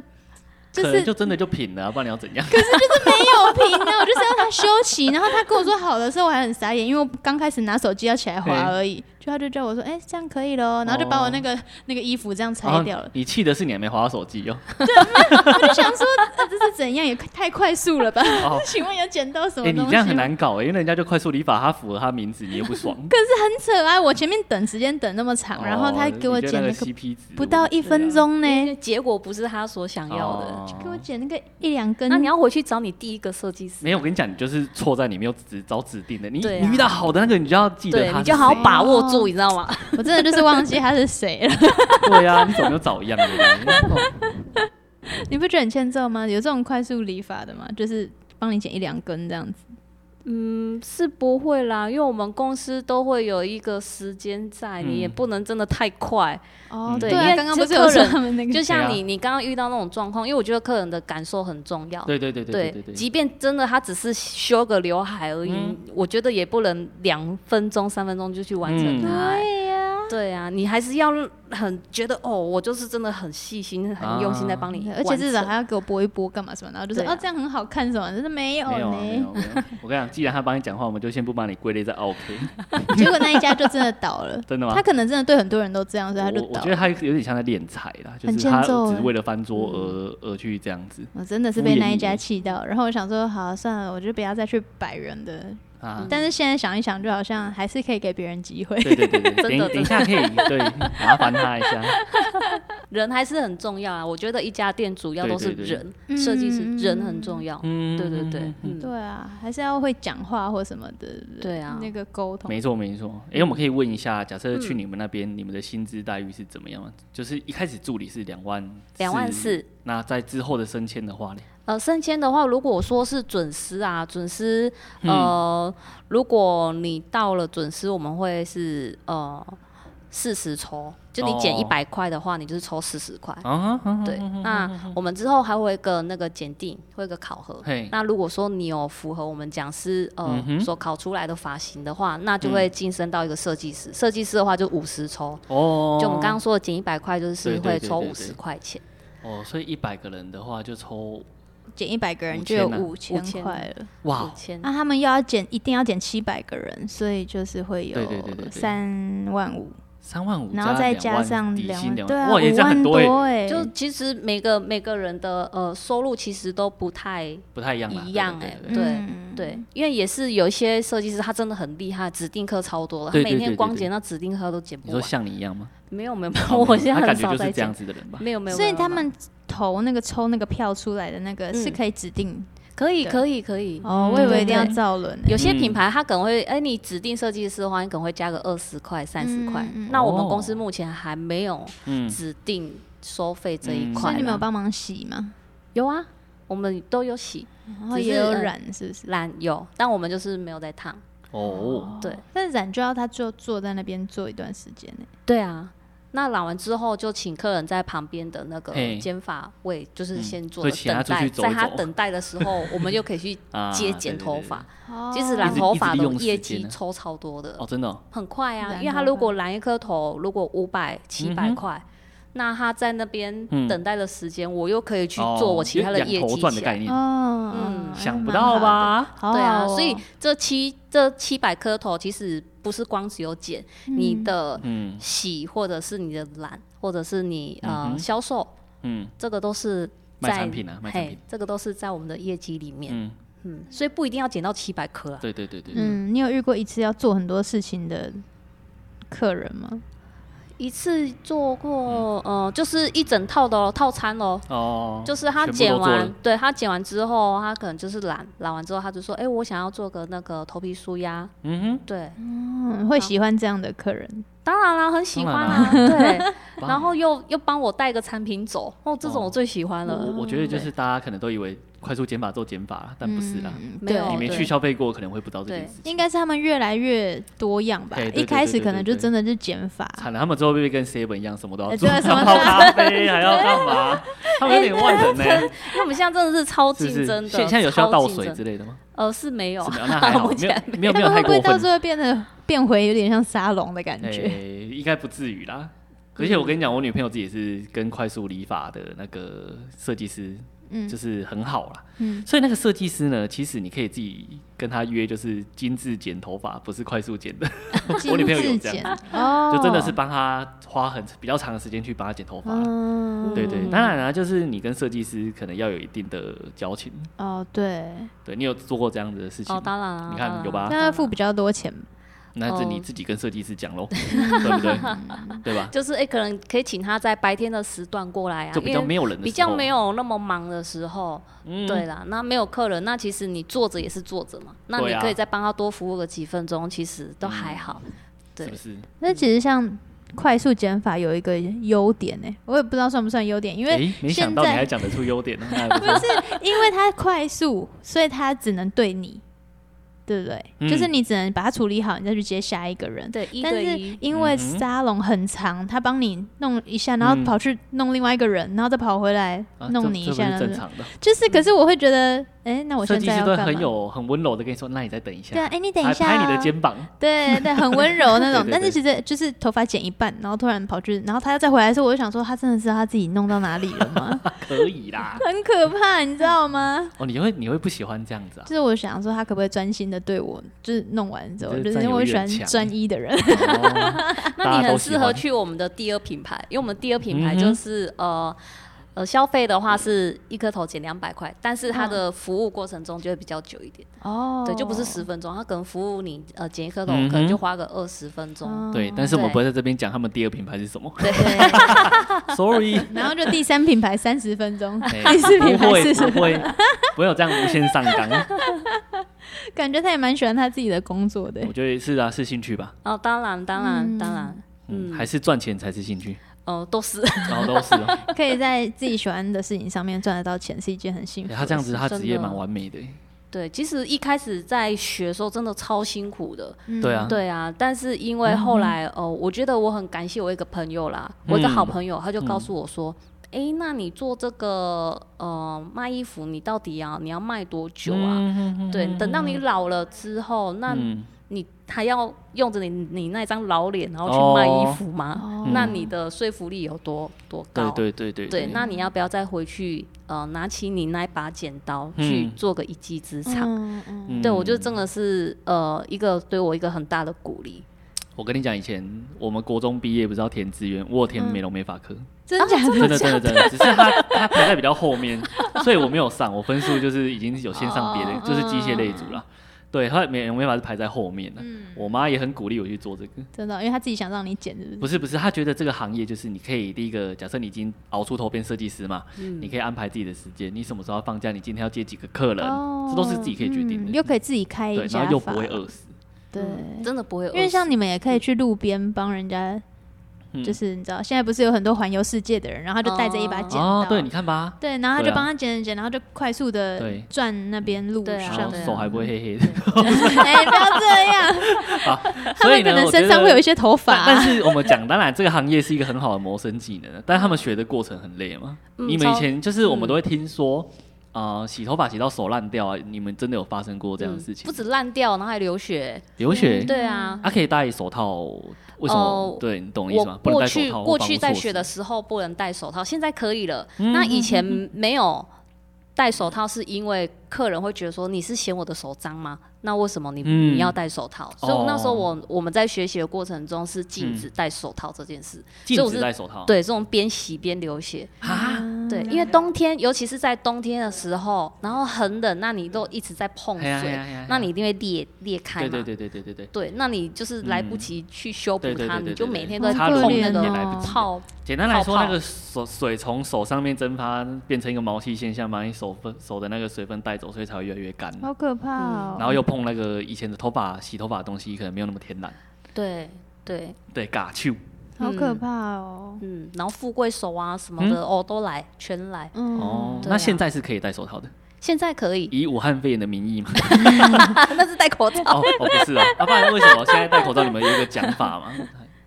就
可
是
能就真的就平了，不然你要怎样？
没有平 [LAUGHS] 啊，我就是要他休息。然后他跟我说好的时候，我还很傻眼，因为我刚开始拿手机要起来滑而已，就他就叫我说，哎、这样可以咯，然后就把我那个、那个衣服这样拆掉了
哦。你气的是你还没划到手机哦。
我就想说、呃这是怎样，也太快速了吧？
哦
[LAUGHS] 请问有捡到什么
哎，
东西
你
吗？
这样很难搞哎，因为人家就快速理法，他符合他名字，你又不爽。
[LAUGHS] 可是很扯啊！我前面等时间等那么长，然后他给我
哦你就
剪
那
那
个
个
CP 值哦
不到一分钟呢，
因为结果不是他所想要的，
哦
给我剪那个一两根。
那你要回去找你第一个设计师
没，有，我跟你讲，你就是错在你没有指找指定的，你
对啊
你遇到好的那个，你就要记得
对
他，
你
是
就好
谁
[LAUGHS]
啊
好把握
哦
住，你知道吗？
我真的就是忘记他是谁了。 [LAUGHS]
对呀，你怎么就找一样的人？哦
你不觉得很欠揍吗？有这种快速理法的吗？就是帮你剪一两根这样子。
嗯，是不会啦，因为我们公司都会有一个时间在，
嗯
你也不能真的太快。
哦
嗯
对
对
因
啊，
为
刚刚
这
不是有
客
说
人
他们那个
[LAUGHS] 就像
对
你，你刚刚遇到那种状况，因为我觉得客人的感受很重要。
对对对对对对，
即便真的他只是修个刘海而已，
嗯
我觉得也不能两分钟、三分钟就去完成
对
嗯
它。
哎呀、
对啊，你还是要很觉得哦，我就是真的很细心、很用心在帮你、
嗯
对
完
而且至少
成
还要给我播一播干嘛什么，然后就说、
对啊
哦这样很好看什么，真的没有
没有啊没
呢。
有没有。我跟你讲，既然他帮你讲话，我们就先不把你归类在 OK，啊
[LAUGHS] 结果那一家就真的倒
[LAUGHS]。
了
真的吗
他？可能真的对很多人都这样，所以他就
啊我我
倒
觉得
了。
他有点像在敛财啦，就
很
是
欠
他
揍
只是
欸
为了翻桌而而去这样子
我哦真的是
敷
被
衍
那一
你
家气到，然后我想说，好算了，我就不要再去百元的。 [LAUGHS]
啊。
但是现在想一想，就好像还是可以给别人机会。
对对对对，
真的
等一等一下可以对麻烦他一下，
人还是很重要啊。我觉得一家店主要
对
都是
对对
人，
嗯
设计师人很重要。
嗯，
对对对，嗯，
对啊，还是要会讲话或什么的。不
对啊
那个沟通。
没错没错。哎、我们可以问一下，假设去你们那边，你们的薪资待遇是怎么样啊？就是一开始助理是两万
嗯两万四，
那在之后的升迁的话呢？
呃，升迁的话，如果说是准师啊，准师，
嗯
呃，如果你到了准师，我们会是呃四十抽，就你减
哦
一百块的话，你就是抽四十块。
啊，啊
对，那我们之后还会有一个那个检定，会有一个考核
嘿。
那如果说你有符合我们讲师呃
嗯、哼嗯
所考出来的发型的话，那就会晋升到一个设计师。设计师的话就五十抽，
哦，
就我们刚刚说的减一百块，就是
对
会
对对
抽
对
五
对
十块钱。
哦，所以一百个人的话就抽
减一百个人
五
就
千
有
啊
五千
5000
块了。
哇
五，千
那、他们又要减，一定要减七百个人，所以就是会有
对对对对对
三万五，
三万五，
然后再
两
加
万
上
底薪两
对啊，
哇，也
五
这样
万
很多欸
哎、
就其实每个每个人的呃收入其实都不太
不太一样啦
一样
对
欸
对对对
对
嗯
对，因为也是有一些设计师他真的很厉害，指定课超多了，他
对对
每
对
天
对
光
对
剪到指定课都剪
你
不
说
完。
像你一
[LAUGHS]
样吗？
没有没有没
哦
有，我
没有
现在
他
很
感觉
少
就是
在
这样
剪。
子的人吧？
没有没有，
所以
没有
他
没有
们投那个抽那个票出来的那个是
嗯
可以指定、
可以
对
可以可以。嗯
哦，我以为一定要
对对
造轮、欸，
有些品
嗯
牌它可能会，哎、你指定设计师的话，你可能会加个二十块、三十块
嗯嗯。
那我们
哦
公司目前还没有
嗯，
指定收费这一
嗯
所
块
以
啦。
你们有帮忙洗吗？
有啊，我们都有洗
然后
只
也
是
有
嗯
染是不是？
染有，但我们就是没有在烫。
哦，
对
但染就要他就坐在那边坐一段时间呢、
对啊，那染完之后就请客人在旁边的那个
嘿
剪发位，就是
嗯
先做
所以
着
请他
等
出去
待，
走
在
一
他
走
等待的时候，我们就可
[LAUGHS]
以去
啊
接
对
剪
对
头
啊对
发。
哦
其实
然
染
后
头
一直
发
利
的
用时
业
间啊
绩
呢
抽超多的
哦，，真的哦，
很快啊，
染
因为他
头
如
发
果染一颗头，如果五百七
嗯
百
哼
块，那他在那边
嗯
等待的时间，我又可以去做我其他
的
的业绩
赚的
起
概
来。
念，
哦，
嗯
嗯
想不到？吧？
好好
对啊，
哦
所以这七这七百颗头其实不是光只有剪，你
嗯
的
嗯
洗或者是你的染，或者是你
嗯
呃
哼
销售，
嗯
这个都是
卖
在
产品啊卖产
嘿
品
这个都是在我们的业绩里面，
嗯，
嗯，所以不一定要减到七百颗啊。
对对对对，对
嗯，你有遇过一次要做很多事情的客人吗？
一次做过，
嗯
呃，就是一整套的哦套餐哦，
哦，
就是他
全部
剪
都做
完
了，
对他剪完之后，他可能就是染染完之后，他就说，哎，我想要做个那个头皮梳压，
嗯哼，
对，
嗯，会喜欢这样的客人，
当然啦，很喜欢啊，
当
对，
[LAUGHS] 哇
然后又又帮我带个产品走，哦，这种
哦
我最喜欢
我
了，
我觉得就是大家可能都以为快速减法做减法，但不是啦，
嗯
没有
你没
哦对
去消费过，可能会不知道这件
对
事情。
应该是他们越来越多样吧
嘿。对
一开始
对对对
可能就真的是减法，
惨了，他们之后会不会跟 Seven 一样，什么都要
哎
[LAUGHS]
做，
对什么
[LAUGHS]
都
要泡
要
咖啡，还要干嘛？他们有点万能
[LAUGHS]
呢，
因为我们现在真的是超
是
竞
不是？
争的，
现现在有需要
超
倒
竞
水
争
之类的吗？
呃，是没有
是，没有，那还好，
[LAUGHS] 目
没
前哦
有没有没
他
有
们会
太
不会
过
到
分
最。后变得变回有点像沙龙的感觉？
诶应该不至于
嗯
啦。而且我跟你讲，我女朋友自己也是跟快速理发的那个设计师，
嗯
就是很好啦。
嗯，
所以那个设计师呢，其实你可以自己跟他约，就是精致剪头发，不是快速剪的。哎
[LAUGHS]
我女朋友有
精致
这
减
样，
哦，
[LAUGHS] 就真的是帮他花很比较长的时间去帮他剪头发。
哦
嗯，
对对，当然啦、就是你跟设计师可能要有一定的交情。
哦对，
对你有做过这样子的事情
哦，
吗？
当哦然啊，
你看
当然
有吧
那要付比较多钱，
嗯那是你自己跟设计师讲喽，对不
[LAUGHS]
对？对吧？
就是哎、诶可能可以请他在白天的时段过来啊，
就比较没有人
因
的
为比
时候嗯
较没有那么忙的时候，对啦，那没有客人，那其实你坐着也是坐着嘛，那
对
你
啊嗯
可以再帮他多服务个几分钟，其实都还好。对
是不是？
那其实像快速减法有一个优点呢、我也不知道算不算优点，因为
诶没想
现
到你还
在
讲得出优点呢，那
[LAUGHS]
还不错
因为它快速，所以它只能对你，对不对？
嗯
就是你只能把它处理好，你再去接下一个人。
对，一
但
对
是
一，
因为
嗯哼
沙龙很长，他帮你弄一下，然后
嗯
跑去弄另外一个人，然后再跑回来
啊这
弄你一
这不
下，
是
然
正
后
常的。
就是。可是我会觉得，哎、那我
设
现
计
在
师
要
都
干
很
嘛？
有很温柔的跟你说，那你再等一下，
对啊，哎、你等一
还
下、
拍你的肩膀，
对对，很温柔那
[LAUGHS]
种。
对对对
但是其实就是头发剪一半，然后突然跑去，然后他要再回来的时候，我就想说，他真的知道他自己弄到哪里了
[LAUGHS]
吗？
可以啦。
很可怕，你知道吗？
哦，你会你会不喜欢这样
[LAUGHS]
子啊？
就是我想说，他可不可以专心的对我，就是弄完之后，
你
就
这
是
个
因为我喜欢
占有欲很强
专一的
[LAUGHS]
人。
哦
那
大家
你
都
很
喜
适合
欢
去我们的第二品牌，因为我们第二品牌
嗯哼
就是、呃。呃，消费的话是一颗头减两百块，但是它
嗯
的服务过程中就会比较久一点，
哦
对，就不是十分钟，它可能服务你呃减一颗头，
嗯哼
可能就花个二十分钟，
哦
[LAUGHS]
嗯
对，但是我们
对
不会在这边讲他们第二品牌是
[LAUGHS]
什么
对。对
，sorry。
[LAUGHS] 然后就第三品牌三十分钟，
哎
第四品
不
牌
会
四十，
不会，不会有这样无限上纲。
[LAUGHS] 感觉他也蛮喜欢他自己的工作的
我。觉得是啊，是兴趣吧。
哦，当然，当然，
嗯
当然，
嗯，
嗯
还是赚钱才是兴趣。
呃，都是 [LAUGHS]
然后都是
[LAUGHS]
哦、
可以在自己喜欢的事情上面赚得到钱，是一件很幸福
欸
的事。哦
他这样子，他
真
职业
的
蛮完美的欸、
对。其实一开始在学的时候真的超辛苦的，
嗯
对啊
对啊。但是因为后来哦、呃我觉得我很感谢我一个朋友啦，我一
嗯
个好朋友，他就告诉我说。诶，那你做这个呃卖衣服，你到底要你要卖多久啊？
嗯
对，等到你老了之后，那
嗯
你还要用着你你那张老脸，然后去卖衣服吗？
哦
那你的说服力有多多高？
对对对对
对那你要不要再回去呃拿起你那把剪刀去
嗯
做个一技之长？
嗯嗯
嗯
对我就真的是呃一个对我一个很大的鼓励。
我跟你讲，以前我们国中毕业不是要填志愿，我有填
嗯
美容美发科，
真
啊
假
真
的
的真的真的，只是他他排在比较后面，所以我没有上，我分数就是已经有先上别的
哦，
就是机械类组啦。对，后来美容美发是排在后面的。
嗯，
我妈也很鼓励我去做这个，
真的，因为他自己想让你剪，是不是？
不是不是，她觉得这个行业就是你可以第一个，假设你已经熬出头变设计师嘛，
嗯
你可以安排自己的时间，你什么时候要放假，你今天要接几个客人，这都是自己可以决定
哦嗯
的，
又可以自己开一
对，
家，
然后又不会。饿死，
对，
嗯真的不会饿死，嗯
因为像你们也可以去路边帮人家，
嗯
就是你知道，现在不是有很多环游世界的人，然后他就带着一把剪刀
哦，，对，你看吧，
对，然后他
对
就
啊
帮他剪剪剪，然后就快速的
对
转那边路
对啊
然
上
后
对，啊
哦手还不会黑黑的，
[LAUGHS] 哎，不要这
[LAUGHS]
样，他
所以
们
呢
可能
我
身
觉
上
得
会有一些头发
但但
啊。
是我们讲，当然这个行业是一个很好的谋生技能，但他们学的过程很累嘛。
嗯
你们以
超
前就是我们都会听说，呃，洗头发洗到手烂掉啊，你们真的有发生过这样的事情？
不止烂掉，然后还流血。
流血，
[LAUGHS] 对啊，
他可以戴手套，为什么
哦？
对你懂我意思
我
吗？不能
过
戴手
去
套，
过
防
去
护
在
措
学
施嗯
的时候不能戴手套，现在可以了。那以前没有戴手套，是因为客人会觉得说你是嫌我的手脏吗？那为什么你、
嗯
你要戴手套？所以我那时候我我们在学习的过程中是禁止戴手套这件事，所以
禁
我
止
是
戴手套，
对这种边洗边流血，
啊，
嗯
对，因为冬天尤其是在冬天的时候，然后很冷，那你都一直在碰
哎呀哎呀
水，
哎呀
那你一定会裂裂开嘛。
对对对对对对对。
对，那你就是来不及去修补
对对对
它，
对
你
对
就
对
每天都
对
在
擦
好可
碰
轮
那
怜
也
个
来不及。
泡
简单来说，
泡泡
那个手水从手上面蒸发，变成一个毛细现象，把你手分手的那个水分带走，所以才会越来越干。
好可怕哦！
嗯然后又碰那个以前的头发洗头发的东西，可能没有那么天然。
对对，
对，嘎啾，
好可怕哦。
嗯，然后富贵手啊什
嗯
么的、哦都来，全来。
嗯，
哦，
对啊
那现在是可以戴手套的，
现在可以， [LAUGHS]
以武汉肺炎的名义嘛？
那是戴口罩。
[LAUGHS] 哦，哦，不是啊，啊，不然为什么现在戴口罩？你们有一个讲法吗？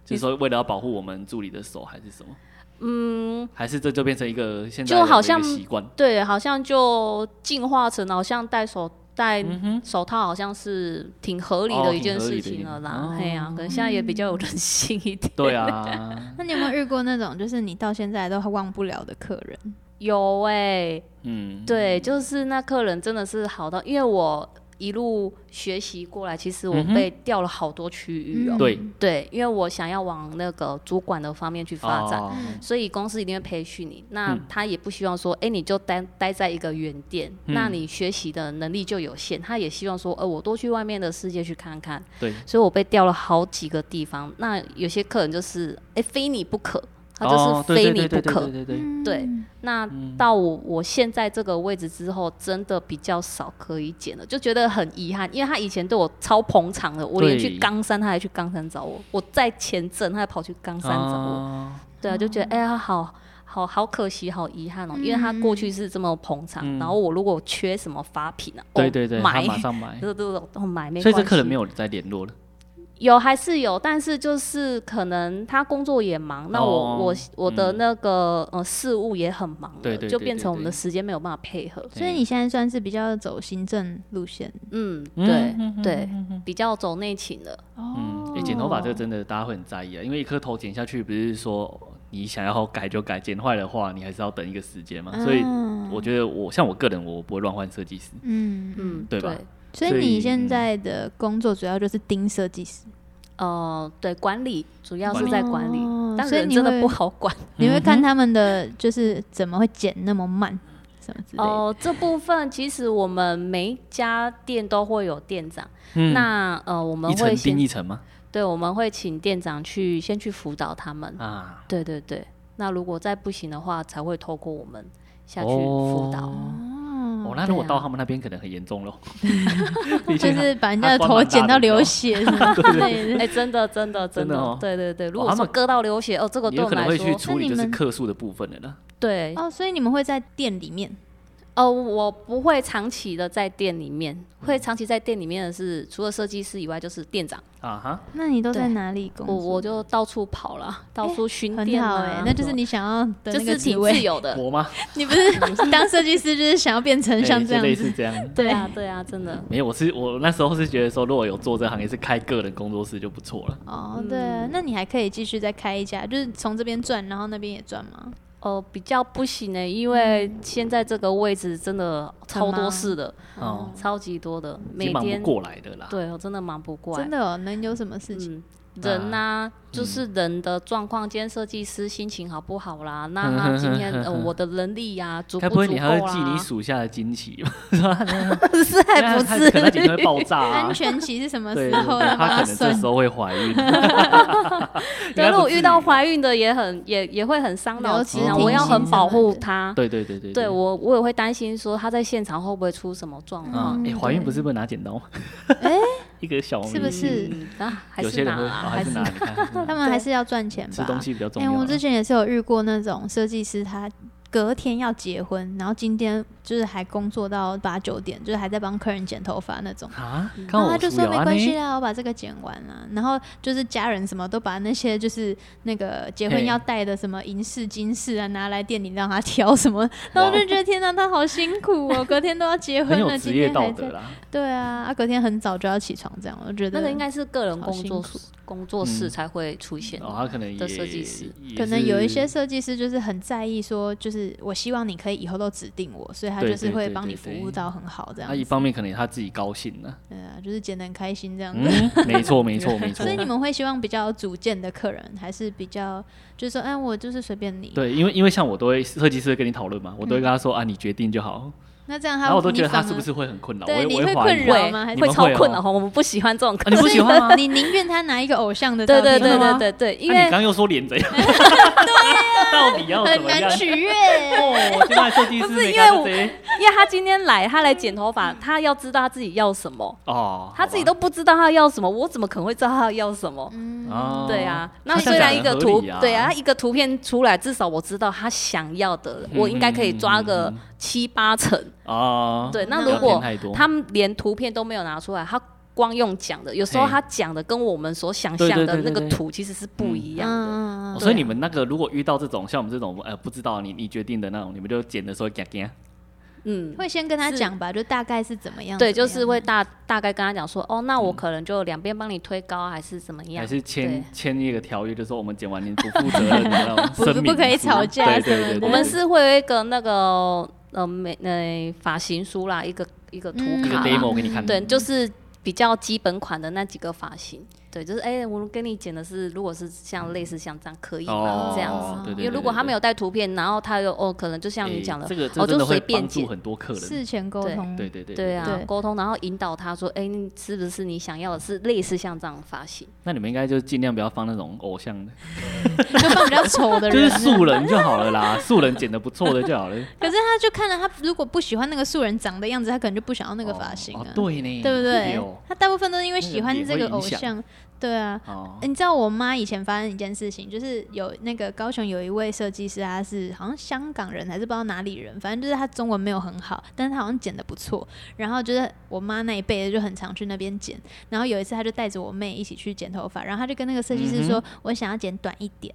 就是说为了要保护我们助理的手，还是什么？嗯，还是这就变成一个现在
就好
人的一
像
个习惯，
对，好像就进化成好像戴手戴
嗯
手套，好像是挺合理
哦
的一件
挺合理
事
的一
情
件
了啦
哦。
哎呀、可能现在也比较有人性
[LAUGHS]
一点。
对
[LAUGHS]
啊，
那你有没有遇过那种就是你到现在都忘不了的客人？
有哎、
嗯，
对，就是那客人真的是好到，因为我一路学习过来，其实我
嗯哼
被调了好多区域哦、
嗯
对，
对，因为我想要往那个主管的方面去发展，
哦
所以公司一定会培训你。那
嗯
他也不希望说，哎、你就待待在一个原点，
嗯
那你学习的能力就有限。他也希望说，呃，我多去外面的世界去看看。
对，
所以我被调了好几个地方。那有些客人就是，哎、非你不可，他
哦
就是
对
非
对
你
对
不
对嗯
可
对。对对对，
对那到我我现在这个位置之后，真的比较少可以剪了，就觉得很遗憾，因为他以前对我超捧场的，我连
对
去冈山他还去冈山找我，我在前镇他还跑去冈山找我，
啊
对啊，就觉得哎呀、好好好可惜，好遗憾哦，因为他过去是这么捧场，
嗯
然后我如果缺什么发品啊，
对
哦
对对，他
买
马
[LAUGHS]
上买，
[LAUGHS] 这都都买没
所
关
以
系，
这客人没有再联络了，
有还是有，但是就是可能他工作也忙，那我、
哦
我我的
嗯
那个、呃事务也很忙了，
对对对
就变成我们的
对对
时间没有办法配合。
所以你现在算是比较走行政路线
嗯，
嗯
对对，比较走内勤的，
哦
嗯，诶剪头发这个真的大家会很在意啊，因为一颗头剪下去，不是说你想要改就改，剪坏的话你还是要等一个时间嘛。啊所以
嗯
我觉得我像我个人，我不会乱换设计师。
嗯嗯，
嗯，
对吧
所以你
嗯
现在的工作主要就是盯设计师，
呃，对，管理主要是在管理，
哦
但
所以
人
你
真
会
的不好管。
你会
嗯
看他们的就是怎么会剪那么慢，什么之类的。
哦、这部分其实我们每一家店都会有店长，
嗯
那呃，我们
一层
会
定
先
一层吗？
对，我们会请店长去先去辅导他们。
啊，
对对对，那如果再不行的话，才会透过我们下去辅导。
啊哦
嗯
哦，那如果
对啊
到他们那边可能很严重
[LAUGHS]
喽，
就是把人家的头剪到流血什
[LAUGHS]
么之类的。
[LAUGHS] 哎，真的，真
[LAUGHS]
的，
真的
真的
哦，
对对对。如
他
果
们
说割到流血，哦，这个
[LAUGHS] 你
对
有
我
可
们
能
来
会去
说，
处理就
那你
是
们
客诉的部分的了。
对，
哦，所以你们会在店里面
哦，我不会长期的在店里面，会长期在店里面的是除了设计师以外，就是店长。
啊哈，
那你都在
对
哪里工
我
作？
嗯
我就到处跑了，到处巡
很
店
好
啊，
哎、那就是你想要的
就
那个
是
职
挺自
位。
[LAUGHS]
由的。
我吗？
你不
[LAUGHS]
是当设计师，就是想要变成像
哎
这
就类
样
似
子。
这样。
对啊，对啊，真的。
没有，我是我那时候是觉得说，如果有做这行业是开个人工作室就不错了。
哦，对啊、
嗯
那你还可以继续再开一家，就是从这边赚，然后那边也赚吗？
哦，比较不行呢、因为现在这个位置真的超多事的，
哦，
超级多的，
已
每
经忙不
天
过来的啦。
对，我真的忙不过来。
真的哦，能有什么事情？
嗯，人呐、
嗯
就是人的状况。今天设计师心情好不好啦？
[LAUGHS]
那他今天、呃、我的能力呀、足
该
不
不
足够
会
啦？
你还会记你属下的惊奇吧？
[LAUGHS]
嗯
是还
那 [LAUGHS]
不
他
是？
可能你会爆炸啊
安。全期是什么
[LAUGHS] 对，对
时
对
候？然后
他
要
可能这
算
时候会怀孕。
对，啊
原来
如
不啊
果
至于
遇到怀孕的也很也也会很伤脑筋
了
啊，
解
我要
挺
很
心
保
疼
护
的
她。
[LAUGHS] 对对对对
对我我也会担心说她在现场会不会出什么状
啊
况。，
哎，
嗯
怀孕
对
不是不能拿剪刀吗？
[LAUGHS] 哎，
[LAUGHS] 一个小
是不
秘密
是
嗯，那还
有些
是拿
人会
啊
哦
还
还
是
是
拿
拿，你看还是
[LAUGHS]
拿
他们还是要赚钱
吃
吧。
东西比较重
哎、
要啊。
我之前也是有遇过那种设计师，他隔天要结婚，然后今天就是还工作到八九点，就是还在帮客人剪头发那种。
啊，看
然后
我
他就
属
说
羊
没
啊
关
呢
系啦，我把这个剪完了。然后就是家人什么都把那些就是那个结
嘿
婚要带的什么银饰、金饰啊，拿来店里让他挑什么。然后我就觉得天哪，他好辛苦哦，隔天都要结
很
婚
有
了，
职
今
业
天
道
还
德
在。
啦。
对啊，啊，隔天很早就要起床，这样我觉得
那个应该是个人工作
好辛
室工作室
嗯
才会出现
哦，他可能也
的设计师
也
可能有一些
是
设计师就是很在意说，就是我希望你可以以后都指定我，所以他
对
就是
对
会
对
帮
对
你服
对
务到很好这样
他一
子。
方面可能他自己高兴了。
对啊，就是简单开心这样子。
嗯，没错没
[LAUGHS]
错没错
所。以你们会希望比较有主见的客人，还是比较就是说，哎，我就是随便你。
对，因为因为像我都会设计师会跟你讨论嘛，我都会跟他说啊，你决定就
嗯
好。
那这样他，
然后我都觉得他
你
是
反
不
而
是会很困扰，我
对
也
你
我也
会
怀疑
困
会
扰
啊会
吗还
是
会
你们
超
会
困
哦
扰，我们不喜欢这种
啊
客
你
人。
不喜欢吗？
你宁愿他拿一个偶像的照
[LAUGHS] 对
片，
对
真
对
的
对
吗
对对，因
那、你
为
刚又说
[LAUGHS]
脸贼， [LAUGHS] 到底要怎
很
么样
难？取悦。
哦，我现在设计师
不是
没
因为
看到
我
谁
因为他今天来，他来剪头发，他要知道他自己要什么，
哦，
他自己都不知道他要什么，我怎么可能会知道他要什么？
嗯，
[LAUGHS] 哦，
对啊，那
他这
虽
样
然
讲
一个
很合
图
理，啊
对啊，一个图片出来，至少我知道他想要的，
嗯
我应该可以抓个七八成。
啊，
对，那
不要
如果
偏太多
他们连图片都没有拿出来，他光用讲的，有时候
嘿
他讲的跟我们所想象
对
的
对
那
对
个
对对
图其实是不一样的。
嗯
哦
嗯
所以
啊
你们那个如果遇到这种像我们这种呃不知道你你决定的那种，你们就剪的时候嘎嘎
嗯
嗯，会先跟他讲吧，就大概是怎么样？
对，
怎么
就
样
是会大大概跟他讲说，哦，那我可能就两边帮你推高，还是怎么样？
嗯还是签
对
签一个条约，就说我们剪完你不负责任的那种
不
声明
不可以
书
吵架
对对
什么
对
的
对，
我们是会有一个那个呃美呃发型书啦，一个一个图
嗯
一个
卡啦，
demo 给你看，
对，就是比较基本款的那几个发型。对，就是哎、我跟你剪的是，如果是像类似像这样可以吗？
哦
这样子，
对对对
因为如果他没有带图片，然后他又哦，可能就像你
诶
讲的，
这个
哦
这真
就
的会
随便
帮助
剪
很多客人，
事前沟
对
通，
对对对
对啊
对，
沟通，然后引导他说，哎、你是不是你想要的是类似像这样的发型？
那你们应该就尽量不要放那种偶像的，
就放比较丑的
就
人
是
啊。
素人就好了啦， [LAUGHS] 素人剪的不错的就好了。
可是他就看了他，如果不喜欢那个素人长的样子，他可能就不想要那个发型
哦
啊，
哦对呢，
对不对
哦？
他大部分都是因为喜欢这个偶
那个脸
像，对啊。
哦
欸你知道我妈以前发生一件事情，就是有那个高雄有一位设计师，他是好像香港人还是不知道哪里人，反正就是他中文没有很好，但是他好像剪的不错。然后就是我妈那一辈的就很常去那边剪，然后有一次他就带着我妹一起去剪头发，然后他就跟那个设计师说：“我想要剪短一点。”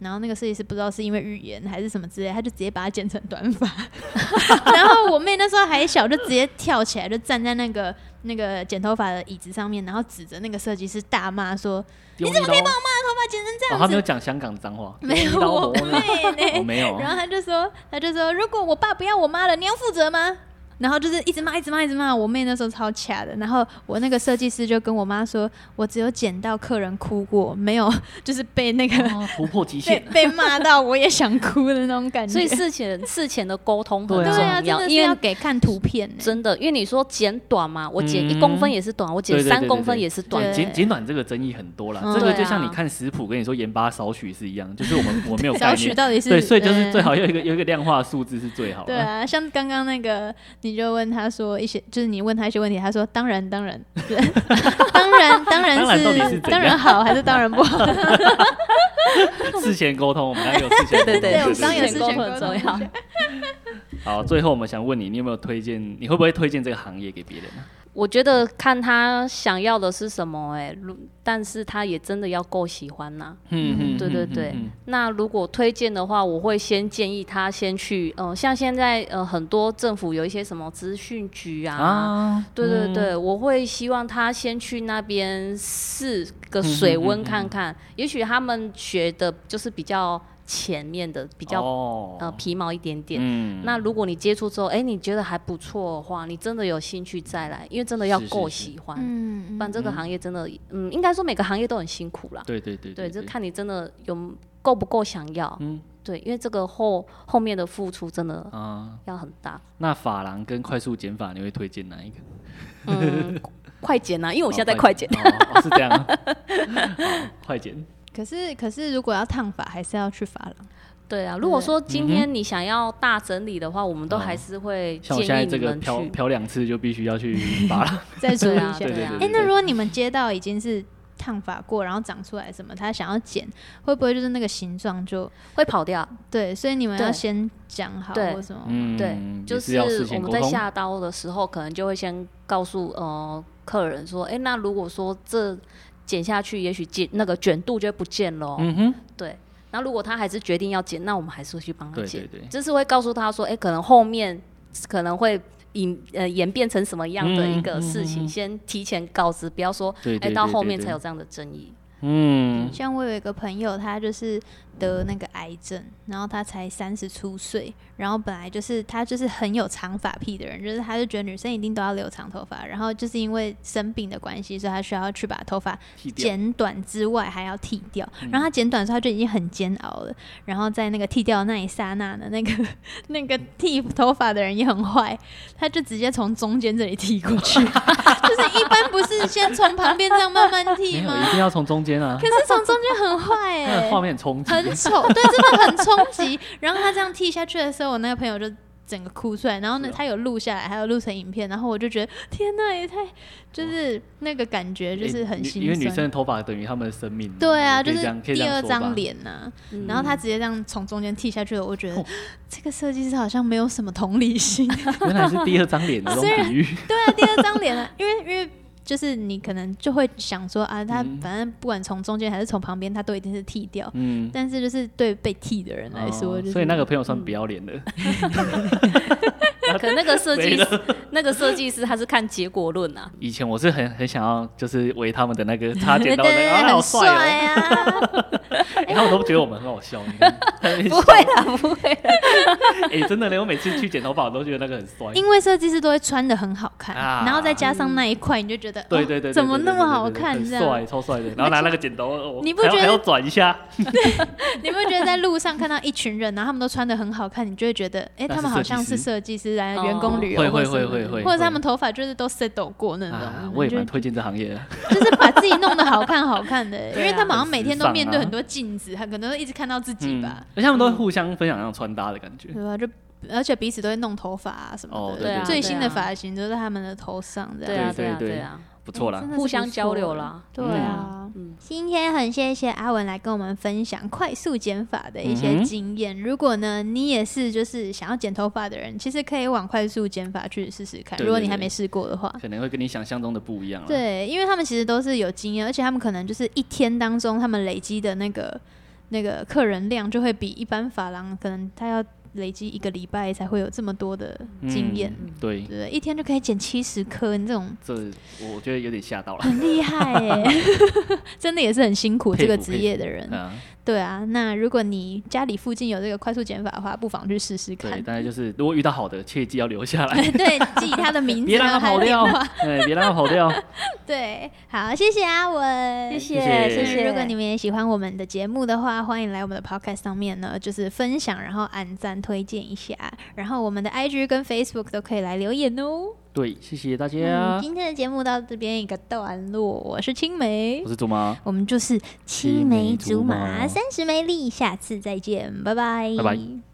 然后那个设计师不知道是因为语言还是什么之类，他就直接把它剪成短发。 [LAUGHS] 然后我妹那时候还小，就直接跳起来，就站在那个那个剪头发的椅子上面，然后指着那个设计师大骂说：“
你怎么可以帮我
头发剪成这
哦，
样
他没
子，
有讲香港脏话，
没有
丢你老
我
婆呢
妹
我 [LAUGHS]
呢。
哦没有
[LAUGHS] 然后他就说，他就说，如果我爸不要我妈了，你要负责吗？然后就是一直骂，一直骂，一直骂。我妹那时候超卡的。然后我那个设计师就跟我妈说，我只有剪到客人哭过，没有就是被那个、
哦突破极
[LAUGHS] 被
限，
被骂到我也想哭的那种感觉。
所以事前事前的沟通
嗯
对啊
很
对啊，
重
真
要，
的是
因
要
为
给看图片呢、
真的，因为你说剪短嘛，我剪一
嗯
公分也是短，我剪
对对对
三
对
公分
对
也是短
短，
对
简简短这个争议很多啦，
嗯
这个
对
就像
啊
你看食谱跟你说盐巴少许是一样，就是我们我
[LAUGHS]
没有概
小许
念，
啊到底是
对，所以就是最
嗯
好有一个有一个量化数字是最好的。
对啊，像刚刚那个你你就问他说一些，就是你问他一些问题，他说当然当
[LAUGHS]
然，对当然当然
当然到底
是
是怎样
当然好还是当然不好？
事前沟通，我们刚刚有事前沟通，
啊对对
对我们刚刚有
事
事
前
前
沟
沟
通
通
很重要。
嗯
好，最后我们想问你，你有没有推荐？你会不会推荐这个行业给别人啊？
我觉得看他想要的是什么、欸，哎，但是他也真的要够喜欢呐、
嗯嗯
对对对
嗯
那如果推荐的话，我会先建议他先去，呃，像现在呃很多政府有一些什么资讯局啊，
啊，
对对
嗯
对，我会希望他先去那边试
嗯
个水温看看，也许他们学的就是比较前面的，比较、
哦
呃皮毛一点点。
嗯
那如果你接触之后，哎、你觉得还不错的话，你真的有兴趣再来，因为真的要
是是
够
是
喜欢，
嗯
不然这个行业真的，嗯，应该说每个行业都很辛苦啦。
对对对
对，就
对
看你真的有够不够想要。
嗯
对，因为这个后后面的付出真的
啊，
要很
[LAUGHS]
大。
那法郎跟快速减法，你会推荐哪一个？
嗯，快剪啊，因为
我
我现在在快剪。
哦，哦是这
[LAUGHS]
样啊，好快剪，
可是可是如果要烫发，还是要去发廊。
对啊，如果说今天你想要大整理的话，我们都还是会
嗯哦像
建
我现在
议
这
你
个
们去
漂。 [LAUGHS] 漂两次就必须要去
[LAUGHS]
法郎，
再处理
对
一
啊，
下。
对
对啊
哎、，那如果你们接到已经是烫发过，然后长出来什么，他想要剪，会不会就是那个形状就
会跑掉。
对？所以你们
对
要先讲好
对
或什么。
嗯，
对
也，
就是
要事
我
先
们
沟
在
通。
下刀的时候，可能就会先告诉呃客人说，哎，那如果说这剪下去，也许剪那个卷度就不见了。
嗯哼，
对，那如果他还是决定要剪，那我们还是会去帮他
对
剪
对。对，
就是会告诉他说，哎、可能后面可能会演呃演变成什么样的一个事
嗯嗯
情，
嗯嗯
先提前告知，不要说
对
哎、
对
到
对
后
对
面
对
才有这样的争议。
嗯，
像我有一个朋友，他就是得那个癌症，然后他才三十出岁，然后本来就是他就是很有长发癖的人，就是他就觉得女生一定都要留长头发，然后就是因为生病的关系，所以他需要去把头发
剃掉
剪短之外还要剃掉，然后他剪短的时候他就已经很煎熬了，然后在那个剃掉的那一刹那呢，那个 [LAUGHS] 那个剃头发的人也很坏，他就直接从中间这里剃过 [LAUGHS] 去，就是一般不是先从旁边这样慢慢
没
剃
有
吗
一？定要从中间啊
可，是从中间很坏
那
哎、
[LAUGHS] 个画面冲击，
很丑， [LAUGHS] 对，真的很冲击。然后他这样剃下去的时候，我那个朋友就整个哭出来。然后呢，
是哦
他有录下来，还有录成影片。然后我就觉得，天呐，也太就是那个感觉，就是
诶
很
哎女
心
因为
酸。
女生的头发等于她们的生命，
对啊，
可
就
以
是
这样可以这
第
样
二
说吧
张脸呐、
嗯
然后他直接这样从中间剃下去了，我觉得、
哦
这个设计师好像没有什么同理
[LAUGHS]
心。
[LAUGHS] 原来是第二
[LAUGHS]
张脸的这
虽
种
然
比喻，
对啊，第二张脸啊，因为因为就是你可能就会想说啊，他
嗯
反正不管从中间还是从旁边，他都一定是剃掉。
嗯，
但是就是 [LAUGHS] 对被剃的人来说，
哦
就是嗯
所以那个朋友算不要脸的，
可那个设计
没
师，那个设计师他是看结果论啊，
以前我是很很想要，就是为他们的
[LAUGHS]
那个擦
对
剪刀
对
的那
对
个，啊，好
很
帅哦，
啊！
[LAUGHS] 然后我都觉得我们很好笑，你
[LAUGHS]
看， [LAUGHS]
不会啦，不会啦，
哎，真的嘞，我每次去剪头发，我都觉得那个很酸，
因为设计师都会穿的很好看，
啊
然后再加上那一块，你就觉得
对
哦
对对，对
怎么那么好
对
看？
对
这
对对很
样
帅，超帅的，然后拿那个剪刀，哦
你不
还要
觉得
还要转一下？
你不觉得在路上看到一群人，然后他们都穿的很好看，你就会觉得，哎，
那是
他们好像
设计
是
师
设计师来
哦
员工旅游
会
或
会
什么的，
会会会
或者是他们头发就是都 set 过那
啊
种，，
我也
就
蛮推荐这行业的，
[LAUGHS] 就是把自己弄得好看好
[LAUGHS]
看的，因为他们好像每天
很时尚
都
啊
面对很多镜子，他可能都一直看到自己
嗯，
吧，嗯
而且他们都会互相分享那种穿搭的感觉，
对吧？就而且彼此都会弄头发啊什
嗯哦
么
对对
的，
对
最新的
对啊
发型都在他们的头上，这样。
对啊，
对
啊，
对
对啊，
不错
嗯
啦
真，的是
互相
不错
交流啦。
对啊，
嗯
今天很谢谢阿文来跟我们分享快速剪发的一
嗯
些
哼
经验。如果呢，你也是就是想要剪头发的人，其实可以往快速剪发去试试看。
对
如果
对
你还
对啊
没试过的话。
可能会跟你想象中的不一样啦，
对，因为他们其实都是有经验，而且他们可能就是一天当中，他们累积的那个那个客人量就会比一般发廊可能他要累积一个礼拜才会有这么多的
嗯，
经验，嗯
对
对，不对？一天就可以剪七十颗，你这 [LAUGHS] 种
这我觉得有点吓到了，
很厉害 [LAUGHS] 耶、真的也是很辛苦
佩服
这个职业的人。
嗯。
对啊，那如果你家里附近有这个快速减法的话，不妨去试试
对，
看。
但是就是如果遇到好的，切记要留
[LAUGHS]
下来，
对，记他的名字，
别让
然
它
后还
跑
有电
掉
话。，
哎，别让它跑掉。
对，好，谢谢阿文，
啊谢
谢谢
谢谢。
如果你们也喜欢我们的节目的话，欢迎来我们的 podcast 上面呢，就是分享，然后按赞推荐一下，然后我们的 IG 跟 Facebook 都可以来留言哦。
对，谢谢大
嗯，
家，
今天的节目到这边一个段落，我是青梅
我，是竹马，
我们就是
青梅
梅
竹
竹马
马
三十梅丽，下次再见，拜拜，
拜拜。